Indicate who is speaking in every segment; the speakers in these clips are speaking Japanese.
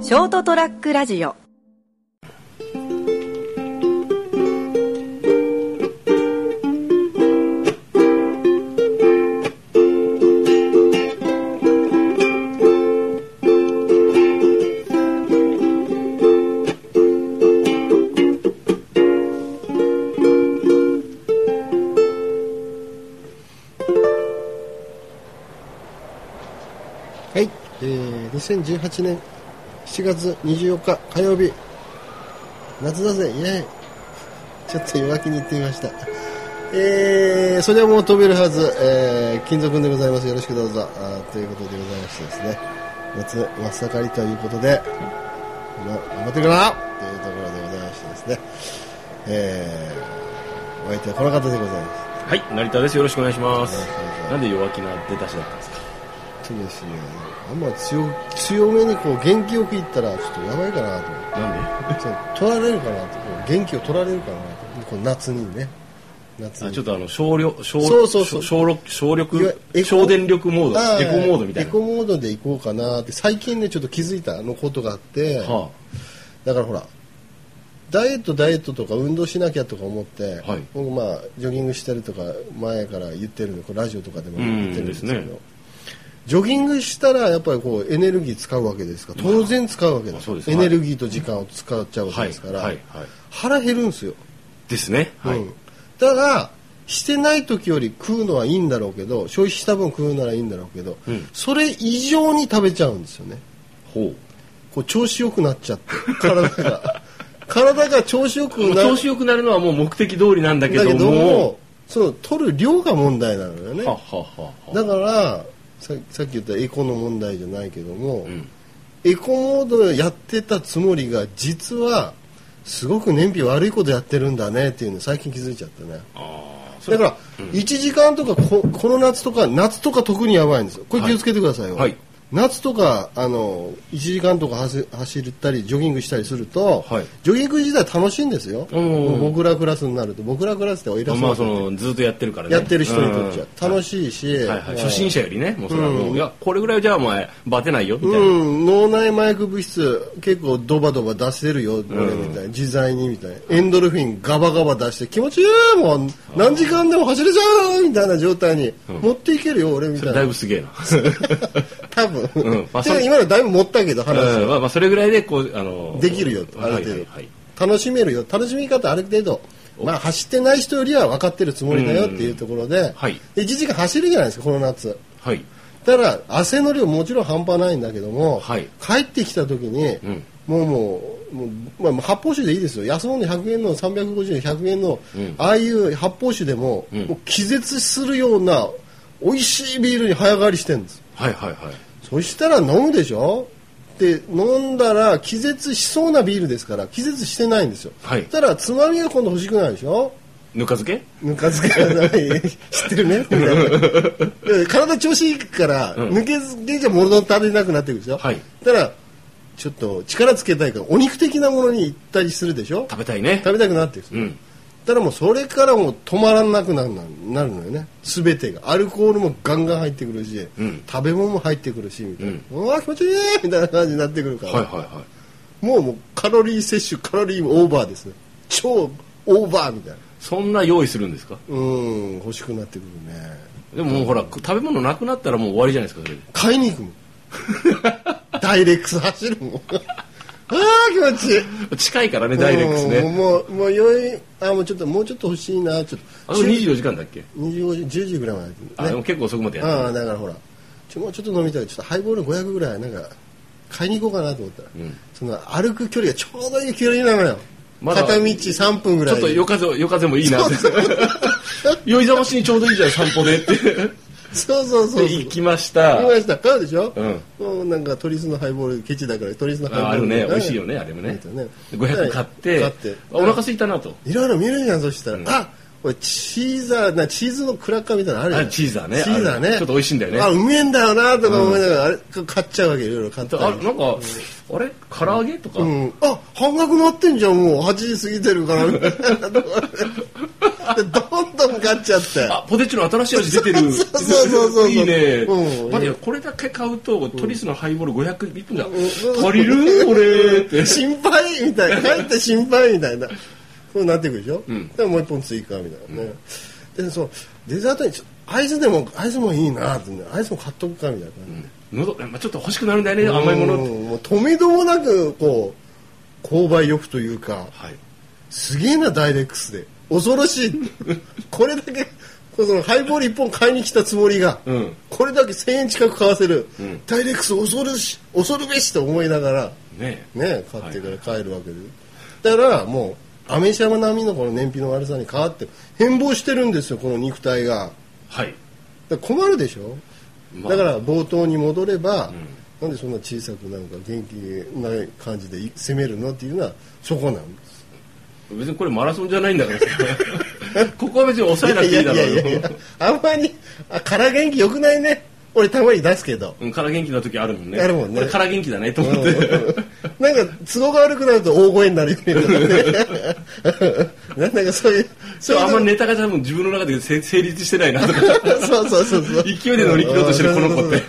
Speaker 1: ショートトラックラジオ
Speaker 2: はい、えー、2018年7月24日火曜日夏だぜイエーイちょっと弱気に言ってみましたえー、それはもう飛べるはず、えー、金属でございますよろしくどうぞあーということでございましてですね夏真っ盛りということでま頑張っていくなというところでございましてですねえー、お相手はこの方でございます
Speaker 3: はい、成田です。よろしくお願いします
Speaker 2: お願いします。
Speaker 3: なんで弱気な出だしだったんですか。
Speaker 2: ちょっとですねあんま強強めにこう元気よく言ったらちょっとやばいかなと思って
Speaker 3: なんで。
Speaker 2: そう取られるかなとこう元気を取られるかなとこう夏にね夏に
Speaker 3: あ、ちょっとあの省力、省
Speaker 2: そうそうそう
Speaker 3: 省力、省
Speaker 2: いわ
Speaker 3: 力
Speaker 2: エ、コ
Speaker 3: 省電力モー
Speaker 2: あ
Speaker 3: ド、エコモードみたい
Speaker 2: エ
Speaker 3: な。
Speaker 2: コモードで行こうかなって最近ねちょっと気づいたあのことがあって、
Speaker 3: は
Speaker 2: だからほらダイエットダイエットとか運動しなきゃとか思って、
Speaker 3: はい
Speaker 2: 僕まあジョギングしてるとか前から言ってるのこれラジオとかでも言ってるんですけど
Speaker 3: うんですね
Speaker 2: ジョギングしたらやっぱりこうエネルギー使うわけですから当然使うわけ
Speaker 3: ま
Speaker 2: で
Speaker 3: あ
Speaker 2: す、
Speaker 3: そうです
Speaker 2: エネルギーと時間を使っちゃうわけ
Speaker 3: はい、
Speaker 2: ですから、
Speaker 3: はい、はい。
Speaker 2: 腹減るんですよ
Speaker 3: ですね。はい。
Speaker 2: うん、ただしてない時より食うのはいいんだろうけど消費した分食うならいいんだろうけど、
Speaker 3: うん
Speaker 2: それ以上に食べちゃうんですよね
Speaker 3: ほ
Speaker 2: こう調子良くなっちゃって 体が体が調子良く
Speaker 3: う。
Speaker 2: な
Speaker 3: 調子良くなるのはもう目的通りなんだけ
Speaker 2: だ
Speaker 3: ど
Speaker 2: けど
Speaker 3: も
Speaker 2: も。その取る量が問題なのよね
Speaker 3: はははは。
Speaker 2: だからささっき言ったエコの問題じゃないけども、
Speaker 3: うん。
Speaker 2: エコモードやってたつもりが実はすごく燃費悪いことやってるんだねっていうの最近気づいちゃったね
Speaker 3: ああ。それ
Speaker 2: だから、1時間とかこ、この夏とか、夏とか特にやばいんですよ。これ気をつけてくださいよ。
Speaker 3: はい
Speaker 2: 夏とか、あの、1時間とか走走ったり、ジョギングしたりすると、
Speaker 3: はい
Speaker 2: ジョギング自体楽しいんですよ。
Speaker 3: うん
Speaker 2: 僕らクラスになると、僕らクラスってお偉そう
Speaker 3: まあ、
Speaker 2: な
Speaker 3: そ
Speaker 2: 人
Speaker 3: の、ずっとやってるからね。
Speaker 2: やってる人にとっちゃ
Speaker 3: うん
Speaker 2: 楽しいし、
Speaker 3: はい、はい。
Speaker 2: まあ
Speaker 3: 初心者よりね、もう、それはも
Speaker 2: う
Speaker 3: う、
Speaker 2: ん
Speaker 3: いや、これぐらいじゃ、お前、バテないよみたいな。
Speaker 2: うん、脳内麻薬物質結構ドバドバ出せるよ、俺みたいな自在にみたいなエンドルフィンガバガバ出して気持ちいいもん何時間でも走れちゃうみたいな状態に持っていけるよ、俺み
Speaker 3: そ
Speaker 2: た
Speaker 3: れ
Speaker 2: い
Speaker 3: だい
Speaker 2: な
Speaker 3: ぶすげ えな。
Speaker 2: 多分、
Speaker 3: うんまあ
Speaker 2: てか
Speaker 3: それ
Speaker 2: 今のだいぶ持ったけど話、
Speaker 3: うんまあまあそれぐらいでこうあの
Speaker 2: できるよある程度、
Speaker 3: はいはいはい
Speaker 2: 楽しめるよ楽しみ方ある程度まあ走ってない人よりは分かってるつもりだよっていうところで,、
Speaker 3: はい
Speaker 2: で1時間走るじゃないですかこの夏
Speaker 3: はい
Speaker 2: だから汗の量もちろん半端ないんだけども、
Speaker 3: はい
Speaker 2: 帰ってきた時に、
Speaker 3: うん
Speaker 2: もうもうもう、まあもう、発泡酒でいいですよ安物の100円の350円100円の、
Speaker 3: うん
Speaker 2: ああいう発泡酒でも,、
Speaker 3: うん
Speaker 2: もう気絶するような美味しいビールに早変わりしてるんです
Speaker 3: はいはいはい
Speaker 2: そしたら飲むでしょで飲んだら気絶しそうなビールですから気絶してないんですよ、
Speaker 3: はい
Speaker 2: そしたらつまみが今度欲しくないでしょ
Speaker 3: ぬか漬け
Speaker 2: ぬか漬けがない 知ってる ねみたいなで体調子いいから、
Speaker 3: うん
Speaker 2: 抜け漬けじゃ物足りなくなってくるでしょ、
Speaker 3: はい
Speaker 2: だからちょっと力つけたいからお肉的なものに行ったりするでしょ
Speaker 3: 食べたいね
Speaker 2: 食べたくなってくる、
Speaker 3: うん
Speaker 2: だからもうそれからもう止まらなくなるななるのよね全てがアルコールもガンガン入ってくるし、
Speaker 3: うん
Speaker 2: 食べ物も入ってくるしみたいな
Speaker 3: うん、
Speaker 2: うわ気持ちいいみたいな感じになってくるか
Speaker 3: はい
Speaker 2: ら、
Speaker 3: はいは
Speaker 2: もうもうカロリー摂取カロリーオーバーですね超オーバーみたいない
Speaker 3: そんな用意するんですか
Speaker 2: うん欲しくなってくるね
Speaker 3: でももうほら食べ物なくなったらもう終わりじゃないですかそれで
Speaker 2: 買いに行 くもんダイレックス走るもんああ気持ちいい
Speaker 3: 近いからねダイレックス
Speaker 2: うん
Speaker 3: ね
Speaker 2: もうもうよいあもうちょっともうちょっと欲しいなちょっ
Speaker 3: あ
Speaker 2: と
Speaker 3: の24時間だっけ
Speaker 2: 25時10時ぐらいまでやってるね
Speaker 3: あでも結構遅くまでや
Speaker 2: あ
Speaker 3: っ
Speaker 2: あだからほらちょもうちょっと飲みたいちょっとハイボール500ぐらいなんか買いに行こうかなと思ったら、
Speaker 3: うん
Speaker 2: その歩く距離がちょうどいい距離なのよ、
Speaker 3: まだ
Speaker 2: 片道3分ぐ
Speaker 3: て
Speaker 2: ら
Speaker 3: ち
Speaker 2: い
Speaker 3: ょっと夜風夜風もいいなって
Speaker 2: そうそう
Speaker 3: 酔いざましにちょうどいいじゃん散歩でって
Speaker 2: そうそうそうそう
Speaker 3: で行きました
Speaker 2: 行きました買うでしょ、
Speaker 3: うん
Speaker 2: もうなんか鳥栖のハイボールケチだから鳥栖のハイボール
Speaker 3: ああるね
Speaker 2: うん
Speaker 3: 美味しいよねあれもね
Speaker 2: うんね
Speaker 3: で500買って
Speaker 2: 買
Speaker 3: あ
Speaker 2: って
Speaker 3: お腹空いたなと
Speaker 2: いろいろ見るじゃんそしたら、
Speaker 3: うん
Speaker 2: あこれチーザーなチーズのクラッカーみたいなのあるじゃん
Speaker 3: あチーザーね
Speaker 2: チーザー
Speaker 3: あ
Speaker 2: ね
Speaker 3: るちょっと美味しいんだよね
Speaker 2: あうめえんだよなとか思いながら、あれ買っちゃうわけいろいろ買ったり
Speaker 3: あなんかあれ唐揚げとか
Speaker 2: うん、あ半額なってんじゃんもう8時過ぎてるからみたいなとこでどんどん買っちゃって。
Speaker 3: あ、ポテチの新しい味出てる。
Speaker 2: そうそうそうそう
Speaker 3: いいね
Speaker 2: うん。
Speaker 3: まだこれだけ買うと、トリスのハイボール500リットル
Speaker 2: う
Speaker 3: だ。
Speaker 2: ん
Speaker 3: 足り るこれって。
Speaker 2: 心配みたいな。帰って心配みたいな。そうなってくるでしょ、
Speaker 3: ん
Speaker 2: でももう一本追加みたいなね。で、そう、デザートに、ちょアイスでも、アイスもいいなってね、アイスも買っとくかみたいな感じで。
Speaker 3: 喉、まあちょっと欲しくなるんだよね、甘いものって。
Speaker 2: うんもうとめどもなくこう購買欲というか
Speaker 3: はい。
Speaker 2: すげえなダイレックスで恐ろ しいこれだけこうそのハイボール1本買いに来たつもりが、
Speaker 3: うん
Speaker 2: これだけ1000円近く買わせる、
Speaker 3: ん
Speaker 2: ダイレックス恐るし恐るべしと思いながら
Speaker 3: ねえ。
Speaker 2: ね買ってから帰るわけで、だからもうアメ車並みのこの燃費の悪さに変わって変貌してるんですよこの肉体が
Speaker 3: はい。
Speaker 2: だから困るでしょ
Speaker 3: ま
Speaker 2: だ
Speaker 3: あ
Speaker 2: から冒頭に戻れば、なんでそんな小さくなんか元気ない感じでい攻めるのっていうのはそこなんです
Speaker 3: 別にこれマラソンじゃないんだからさ ここは別に抑えなくていいだろうよ。
Speaker 2: あんまりあ空元気よくないね俺たまに出すけど、
Speaker 3: うん、空元気な時あるもんね。
Speaker 2: あるもんね
Speaker 3: これ空元気だね、と
Speaker 2: うん
Speaker 3: 思って。
Speaker 2: なんか都合が悪くなると大声になるようになるね なんだかそういう
Speaker 3: そうあんまネタが多分自分の中で成成立してないなとか。
Speaker 2: そうそうそうそう
Speaker 3: 勢いで乗り切ろうとしてるこの子って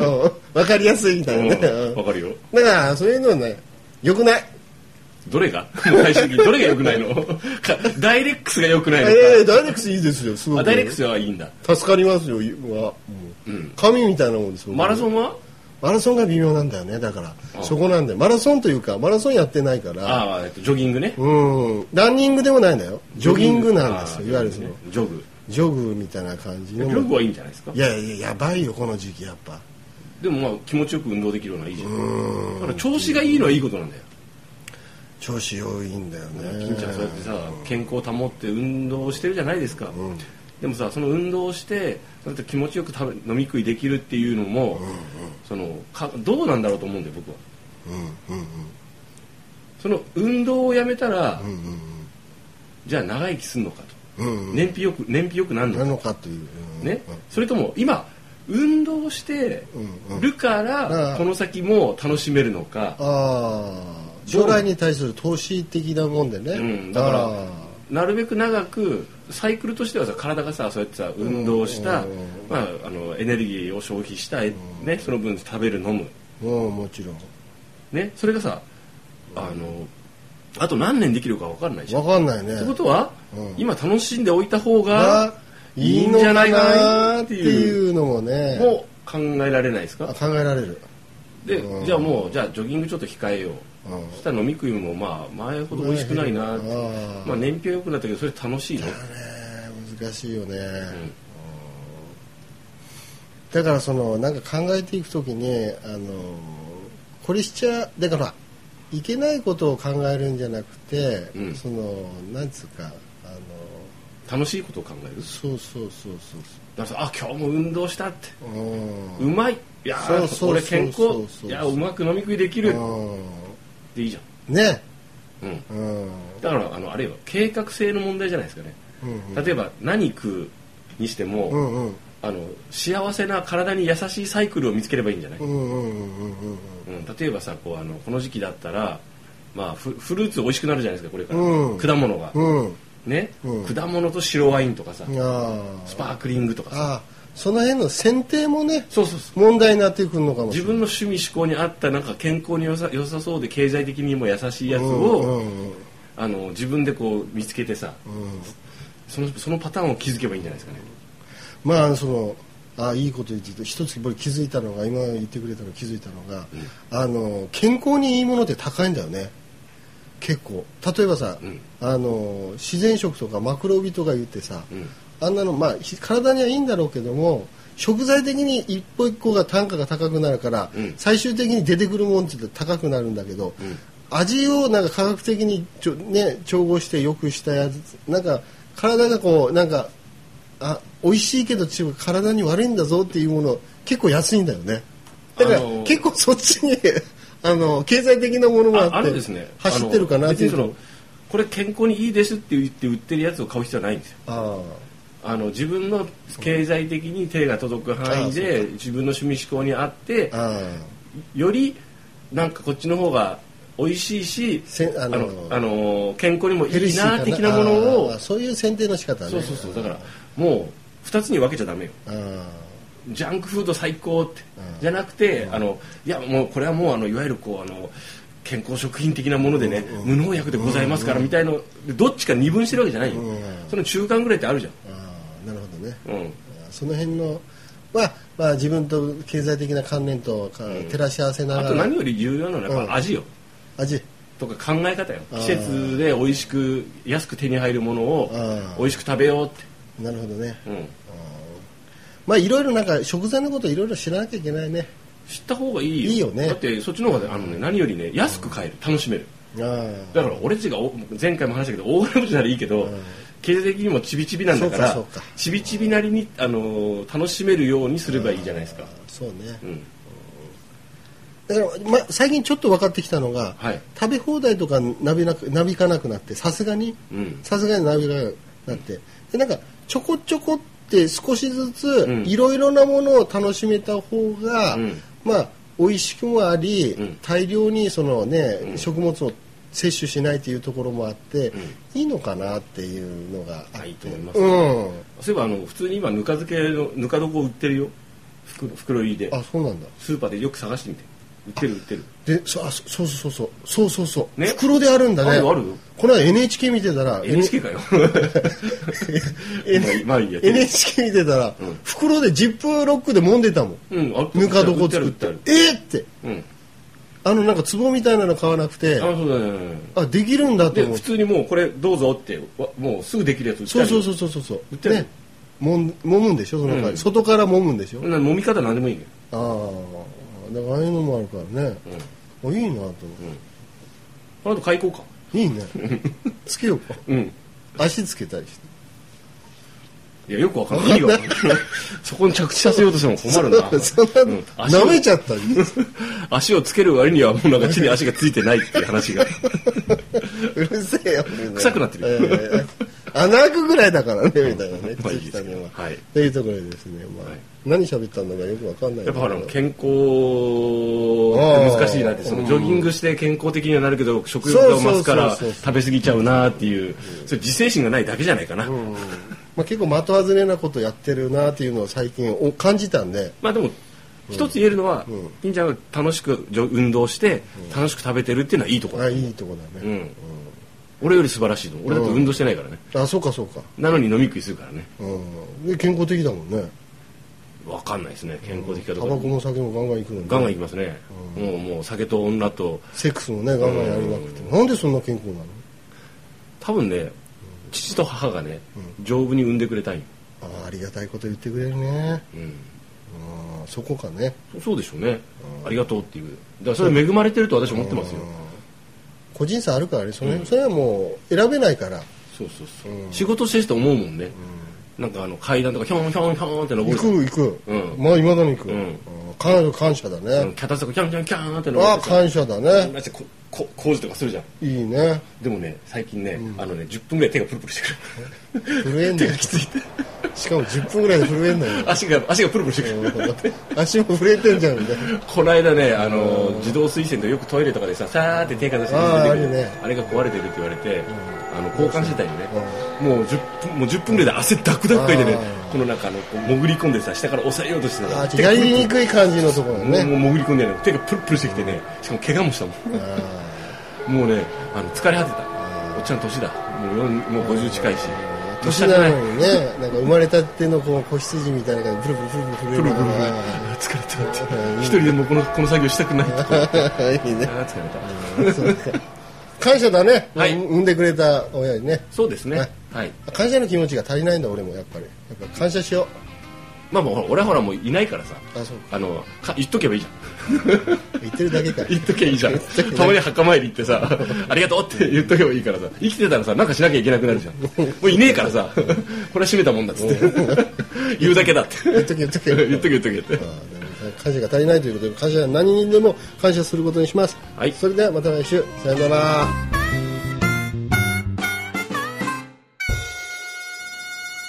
Speaker 2: 分かりやすいみたいなね、
Speaker 3: うん
Speaker 2: うん
Speaker 3: わかるよ。
Speaker 2: だからそういうのはねよくない
Speaker 3: どれがもう最終的にどれが良くないの かダイレックスが良くないのか。
Speaker 2: ええダイレックスいいですよすご
Speaker 3: あ
Speaker 2: く
Speaker 3: ダイレックスはいいんだ。
Speaker 2: 助かりますよは、うん、神みたいなもんですよ
Speaker 3: マラソンは
Speaker 2: マラソンが微妙なんだよねだからそこなんでマラソンというかマラソンやってないから
Speaker 3: ああ、えっとジョギングね。
Speaker 2: うんランニングでもないんだよジョギングなんです
Speaker 3: あ
Speaker 2: よ
Speaker 3: ー
Speaker 2: いわゆるその
Speaker 3: ジョグね。
Speaker 2: ジョグみたいな感じ
Speaker 3: ジ
Speaker 2: の
Speaker 3: ョグジョグはいいんじゃないですか
Speaker 2: い。やいややばいよこの時期やっぱ
Speaker 3: でもまあ気持ちよく運動できるのはいいじゃん。だから調子がいいのはいいことなんだよ。
Speaker 2: 調子良いんだよ
Speaker 3: 金ちゃんそうやっ
Speaker 2: ね
Speaker 3: てさ健康を保って運動をしてるじゃないですか、でもさその運動をしてだって気持ちよく食べ飲み食いできるっていうのも、そのかどうなんだろうと思うんだよ僕は、その運動をやめたら、じゃあ長生きすんのかと、
Speaker 2: うん
Speaker 3: 燃費よく燃費よくなるの
Speaker 2: な
Speaker 3: か、
Speaker 2: のかという、うん
Speaker 3: ねそれとも今運動をしてるから、
Speaker 2: うん
Speaker 3: この先も楽しめるのか、
Speaker 2: ああ将来に対する投資的なもんでね、
Speaker 3: うんだから
Speaker 2: あー
Speaker 3: なるべく長くサイクルとしてはさ体がさそうやってさ運動した、まあ、あのエネルギーを消費した、えね、その分食べる飲む、
Speaker 2: うんもちろん
Speaker 3: ね、それがさあのあと何年できるか分かんないじゃん。っ
Speaker 2: わかんないね
Speaker 3: てことは、今楽しんでおいた方
Speaker 2: が
Speaker 3: が
Speaker 2: い
Speaker 3: い
Speaker 2: い
Speaker 3: い
Speaker 2: の
Speaker 3: んじ
Speaker 2: か
Speaker 3: ゃないか
Speaker 2: な
Speaker 3: な
Speaker 2: っ
Speaker 3: ってて
Speaker 2: い
Speaker 3: いう
Speaker 2: のもね
Speaker 3: もう考えられないです
Speaker 2: あ
Speaker 3: か
Speaker 2: 考えられる
Speaker 3: でじゃあもうじゃあジョギングちょっと控えよう
Speaker 2: うん
Speaker 3: そしたら飲み食いもまあ前ほど美味しくないなって
Speaker 2: あー
Speaker 3: まあ、燃費は良くなったけどそれ楽しいの
Speaker 2: ね難しいよね、うんだからそのなんか考えていくときにあのこれしちゃだからいけないことを考えるんじゃなくて、
Speaker 3: うん
Speaker 2: そのなんつうかあの
Speaker 3: 楽しいことを考える
Speaker 2: そうそうそうそう
Speaker 3: だからさあ今日も運動したって
Speaker 2: そううん
Speaker 3: うまいいや
Speaker 2: そ
Speaker 3: ー
Speaker 2: うそうそう
Speaker 3: 俺健康
Speaker 2: そうそうそう
Speaker 3: いやうまく飲み食いできる
Speaker 2: う
Speaker 3: でいいじ
Speaker 2: んね
Speaker 3: ゃん、う
Speaker 2: う
Speaker 3: ん、
Speaker 2: ん
Speaker 3: だからあのあれよ計画性の問題じゃないですかね
Speaker 2: うん
Speaker 3: 例えば何食うにしても、
Speaker 2: うんうん
Speaker 3: あの幸せな体に優しいサイクルを見つければいいんじゃない、
Speaker 2: う
Speaker 3: うん
Speaker 2: んうんうんうんうん
Speaker 3: 例えばさこうあのこの時期だったら、まあ、フフルーツ美味しくなるじゃないですかこれから、
Speaker 2: うん
Speaker 3: 果物が、
Speaker 2: うん。
Speaker 3: ね、
Speaker 2: うん
Speaker 3: 果物と白ワインとかさ、
Speaker 2: あ
Speaker 3: ス
Speaker 2: ー
Speaker 3: パークリングとかさ
Speaker 2: あー、その辺の選定もね、
Speaker 3: そうそうそう
Speaker 2: 問題になってくるのかもし
Speaker 3: 自
Speaker 2: れない。
Speaker 3: 分の趣味嗜好に合ったなんか健康に良さ良さそうで経済的にも優しいやつを、
Speaker 2: うんうん
Speaker 3: あの自分でこう見つけてさ
Speaker 2: うんうん
Speaker 3: そのそのパターンを気づけばいいんじゃないですかね
Speaker 2: まあ、その、あーいいこと言ってて、一つこれ気づいたのが、今言ってくれたの気づいたのが、あの、健康にいいものって高いんだよね。結構。例えばさ、
Speaker 3: ん
Speaker 2: あの、自然食とかマクロビとか言ってさ、
Speaker 3: うん
Speaker 2: あんなの、まあ、ひ体にはいいんだろうけども、食材的に一歩一個が単価が高くなるから、
Speaker 3: うん
Speaker 2: 最終的に出てくるもんって言って高くなるんだけど、味をなんか科学的にちょ、ね、調合して良くしたやつ、なんか体がこう、なんか、あ、美味しいけど違う体に悪いんだぞっていうもの、結構安いんだよね。だから
Speaker 3: あのー
Speaker 2: 結構そっちに、 あの、経済的なものもあって、
Speaker 3: ああるんですね
Speaker 2: 走ってるかな
Speaker 3: あ
Speaker 2: っ
Speaker 3: の
Speaker 2: てい
Speaker 3: 別
Speaker 2: う
Speaker 3: にそのこれ健康にいいですって言って売ってるやつを買う必要はないんですよ
Speaker 2: あ
Speaker 3: あの自分の経済的に手が届く範囲で自分の趣味嗜好に合って
Speaker 2: あ、ああ。
Speaker 3: よりなんかこっちの方が美味しいし
Speaker 2: せんあ
Speaker 3: あ
Speaker 2: の
Speaker 3: のあの健康にも
Speaker 2: ヘル
Speaker 3: いい
Speaker 2: シーか
Speaker 3: な的なものを
Speaker 2: あーそういう選定の仕方ね
Speaker 3: そうそうそうだからもう2つに分けちゃダメよ
Speaker 2: あー
Speaker 3: ジャンクフード最高って、じゃなくて、あのいやもうこれはもうあのいわゆるこうあの健康食品的なものでね、無農薬でございますからみたいな、どっちか二分してるわけじゃないよ、
Speaker 2: うん
Speaker 3: その中間ぐらいってあるじ
Speaker 2: あーなるほどね
Speaker 3: ゃん、うん、
Speaker 2: その辺のは、まあ、自分と経済的な観念とか照らし合わせな
Speaker 3: あ
Speaker 2: が
Speaker 3: と
Speaker 2: ら、
Speaker 3: 何より重要なのはやっぱ味よ、
Speaker 2: 味
Speaker 3: とか考え方よ
Speaker 2: あー
Speaker 3: 季節で美味しく安く手に入るものを
Speaker 2: あー
Speaker 3: 美味しく食べようって、
Speaker 2: なるほどね
Speaker 3: うん、
Speaker 2: まあいろいろなんか食材のこといろいろ知らなきゃいけないね
Speaker 3: 知った方がいいよ
Speaker 2: いいよね
Speaker 3: だってそっちの方があの、ね、何よりね安く買える楽しめる
Speaker 2: あー
Speaker 3: だから俺たちがお前回も話したけど大金持ちならいいけど、経済的にもちびちびなんだか
Speaker 2: そ
Speaker 3: ら
Speaker 2: うかそうか
Speaker 3: ちびちびなりに、あのー楽しめるようにすればいいじゃないですか、
Speaker 2: そうね
Speaker 3: うん、
Speaker 2: だから、まあ、最近ちょっと分かってきたのが、
Speaker 3: はい
Speaker 2: 食べ放題とかなびなくなびかなくなってさすがに
Speaker 3: うん
Speaker 2: さすがになびかなくなって、でなんかちょこちょこって少しずつ
Speaker 3: ん
Speaker 2: いろいろなものを楽しめた方が、
Speaker 3: うん
Speaker 2: まあ美味しくもあり、
Speaker 3: ん
Speaker 2: 大量にそのね、食物を摂取しないというところもあって、いいのかなっていうのがあって
Speaker 3: あいいと思います
Speaker 2: うん
Speaker 3: そういえばあの普通に今ぬか漬けのぬか床売ってるよ袋袋入りで
Speaker 2: あそうなんだ
Speaker 3: スーパーでよく探してみて売ってる売ってる
Speaker 2: でそあそそうそうそうそうそうそうそう、
Speaker 3: ね
Speaker 2: 袋であるんだね
Speaker 3: あるあるよ
Speaker 2: この間 NHK 見てたら
Speaker 3: NHK かよ
Speaker 2: N-
Speaker 3: まあいいまあいいや
Speaker 2: NHK 見てたら、袋でジップロックで揉んでたもん、
Speaker 3: うんあ
Speaker 2: ぬか床作
Speaker 3: 売
Speaker 2: っ
Speaker 3: って
Speaker 2: て
Speaker 3: ある売って
Speaker 2: えっ、って
Speaker 3: あるうん
Speaker 2: あのなんか壺みたいなの買わなくて
Speaker 3: あそうだね
Speaker 2: あできるんだと
Speaker 3: で
Speaker 2: 思っ
Speaker 3: 普
Speaker 2: て
Speaker 3: 通にもうこれどうぞってわもうすぐできるやつ売ってあ
Speaker 2: そう
Speaker 3: る
Speaker 2: そうそううそうそうそう
Speaker 3: 売ってある
Speaker 2: ねもん揉むんでしょその代わり、
Speaker 3: うん
Speaker 2: 外から揉むんでしょ、あ
Speaker 3: 飲み方何でもいいね
Speaker 2: あだからああいうのもあるからね、あいいなと思って、
Speaker 3: この後開口か
Speaker 2: いいねつけようか
Speaker 3: うん
Speaker 2: 足つけたりして
Speaker 3: いやよくわか んない意味がわかんないそこに着地させようとしても困る な
Speaker 2: そんな
Speaker 3: うん足を
Speaker 2: 舐めちゃった り
Speaker 3: 足をつける割にはもうなんか地に足がついてないっていう話 が
Speaker 2: うるせえよみたい
Speaker 3: 臭くなってるよ
Speaker 2: ええ 穴開くぐらいだからねみたいなね
Speaker 3: まあいいですけど
Speaker 2: ね
Speaker 3: はい
Speaker 2: というところでですね、まあ
Speaker 3: はい
Speaker 2: 何喋ったんだかよくわかんない
Speaker 3: やっぱほら
Speaker 2: んだけど
Speaker 3: 健康って難しいなってそのジョギングして健康的にはなるけど食欲が増すから
Speaker 2: そうそうそうそう
Speaker 3: 食べ過ぎちゃうなっていうそれ自制心がないだけじゃないかな、
Speaker 2: うんまあ、結構的外れなことやってるなっていうのを最近お感じたんで
Speaker 3: まあでも一つ言えるのは、金ちゃんが楽しくジョ運動して楽しく食べてるっていうのはいいところ、
Speaker 2: あいいとこだ
Speaker 3: う
Speaker 2: ね、
Speaker 3: ん俺より素晴らしいと思う俺だって運動してないからね、
Speaker 2: あそうかそうか、
Speaker 3: なのに飲み食いするからね
Speaker 2: うん、で健康的だもんね
Speaker 3: わかんないですね健康的か
Speaker 2: タ
Speaker 3: ど
Speaker 2: バ
Speaker 3: うか、
Speaker 2: コも酒もガンガンいくのに
Speaker 3: ガンガンいきますね、もうもう酒と女と
Speaker 2: セックスもねガンガンやりまくって、なんでそんな健康なの
Speaker 3: 多分ね父と母がね丈夫に産んでくれたいよ、
Speaker 2: あーありがたいこと言ってくれるね
Speaker 3: うん、
Speaker 2: あーそこかね
Speaker 3: そそうでしょうね、ありがとうっていうだからそれ恵まれてると私思ってますよ、
Speaker 2: 個人差あるからねそれ,、それはもう選べないから
Speaker 3: そうそうそう、仕事してる人思うもんね、なんかあの階段とかヒョンヒョンヒョンって
Speaker 2: 行
Speaker 3: 登
Speaker 2: く
Speaker 3: る
Speaker 2: 行く、
Speaker 3: うん
Speaker 2: まあいまだに行く、
Speaker 3: うん
Speaker 2: うん彼女感謝だ
Speaker 3: あの
Speaker 2: ね、
Speaker 3: キャタツとかキャンキャンキャンって
Speaker 2: あ
Speaker 3: 登
Speaker 2: あ
Speaker 3: ってさ
Speaker 2: 感謝だね
Speaker 3: 同じここ工事とかするじゃん
Speaker 2: いいね
Speaker 3: でもね最近ね、あのね10分ぐらい手がプルプルしてくる
Speaker 2: 震えんだ
Speaker 3: 手
Speaker 2: よ
Speaker 3: がきつ いて
Speaker 2: しかも10分ぐらいで震えんのよ
Speaker 3: 足が足がプルプルしてくる
Speaker 2: 足も震えてんじゃんみたいな
Speaker 3: この間ね、あの、自動水栓でよくトイレとかでさ、さーって手かざして
Speaker 2: あー
Speaker 3: 出てくる
Speaker 2: あるね
Speaker 3: あれが壊れてるって言われて、あの、交換してたよね。もう10分、もう10分ぐらいで汗ダクダクかいてね
Speaker 2: あー、
Speaker 3: この中の、こう潜り込んでさ、下から押さえようとして
Speaker 2: あ
Speaker 3: た
Speaker 2: ーちょっとやりにくい感じのところ
Speaker 3: もう
Speaker 2: ね
Speaker 3: もう潜り込んでね、手がプルプルしてきてね、しかも怪我もしたも
Speaker 2: あ
Speaker 3: ん。もうね、あの、疲れ果てた。おっちゃん年だ。もう四もう50近いし
Speaker 2: ー。
Speaker 3: 年
Speaker 2: 年
Speaker 3: だじゃな。
Speaker 2: ないのにねなんか生まれたってのこう子羊みたいな感じでプルプルプルプル震
Speaker 3: プルプルね
Speaker 2: え
Speaker 3: あー 疲れたって。一人でもうこの、この作業したくないと
Speaker 2: る
Speaker 3: か。
Speaker 2: ないいね
Speaker 3: あー疲れた。
Speaker 2: そうか 感謝だね、
Speaker 3: はい
Speaker 2: 産んでくれた親にね
Speaker 3: そうですね
Speaker 2: ね。
Speaker 3: はい。
Speaker 2: 感謝の気持ちが足りないんだ俺もやっぱりやっぱ感謝しよ
Speaker 3: まあもうほら俺はほらもういないからさ
Speaker 2: うあそう
Speaker 3: あのか言っとけばいいじゃん
Speaker 2: 言ってるだけか
Speaker 3: 言っとけばいいじゃんたまに墓参り行ってさ「ありがとう」って言っとけばいいからさ生きてたらさなんかしなきゃいけなくなるじゃんもういねえからさこれは閉めたもんだっつって言うだけだって
Speaker 2: 言っとけ言っとけ
Speaker 3: 言っとけ言っとけって
Speaker 2: あーなるほど感謝が足りないということで感謝は何にでも感謝することにします、
Speaker 3: はい
Speaker 2: それではまた来週さよなら「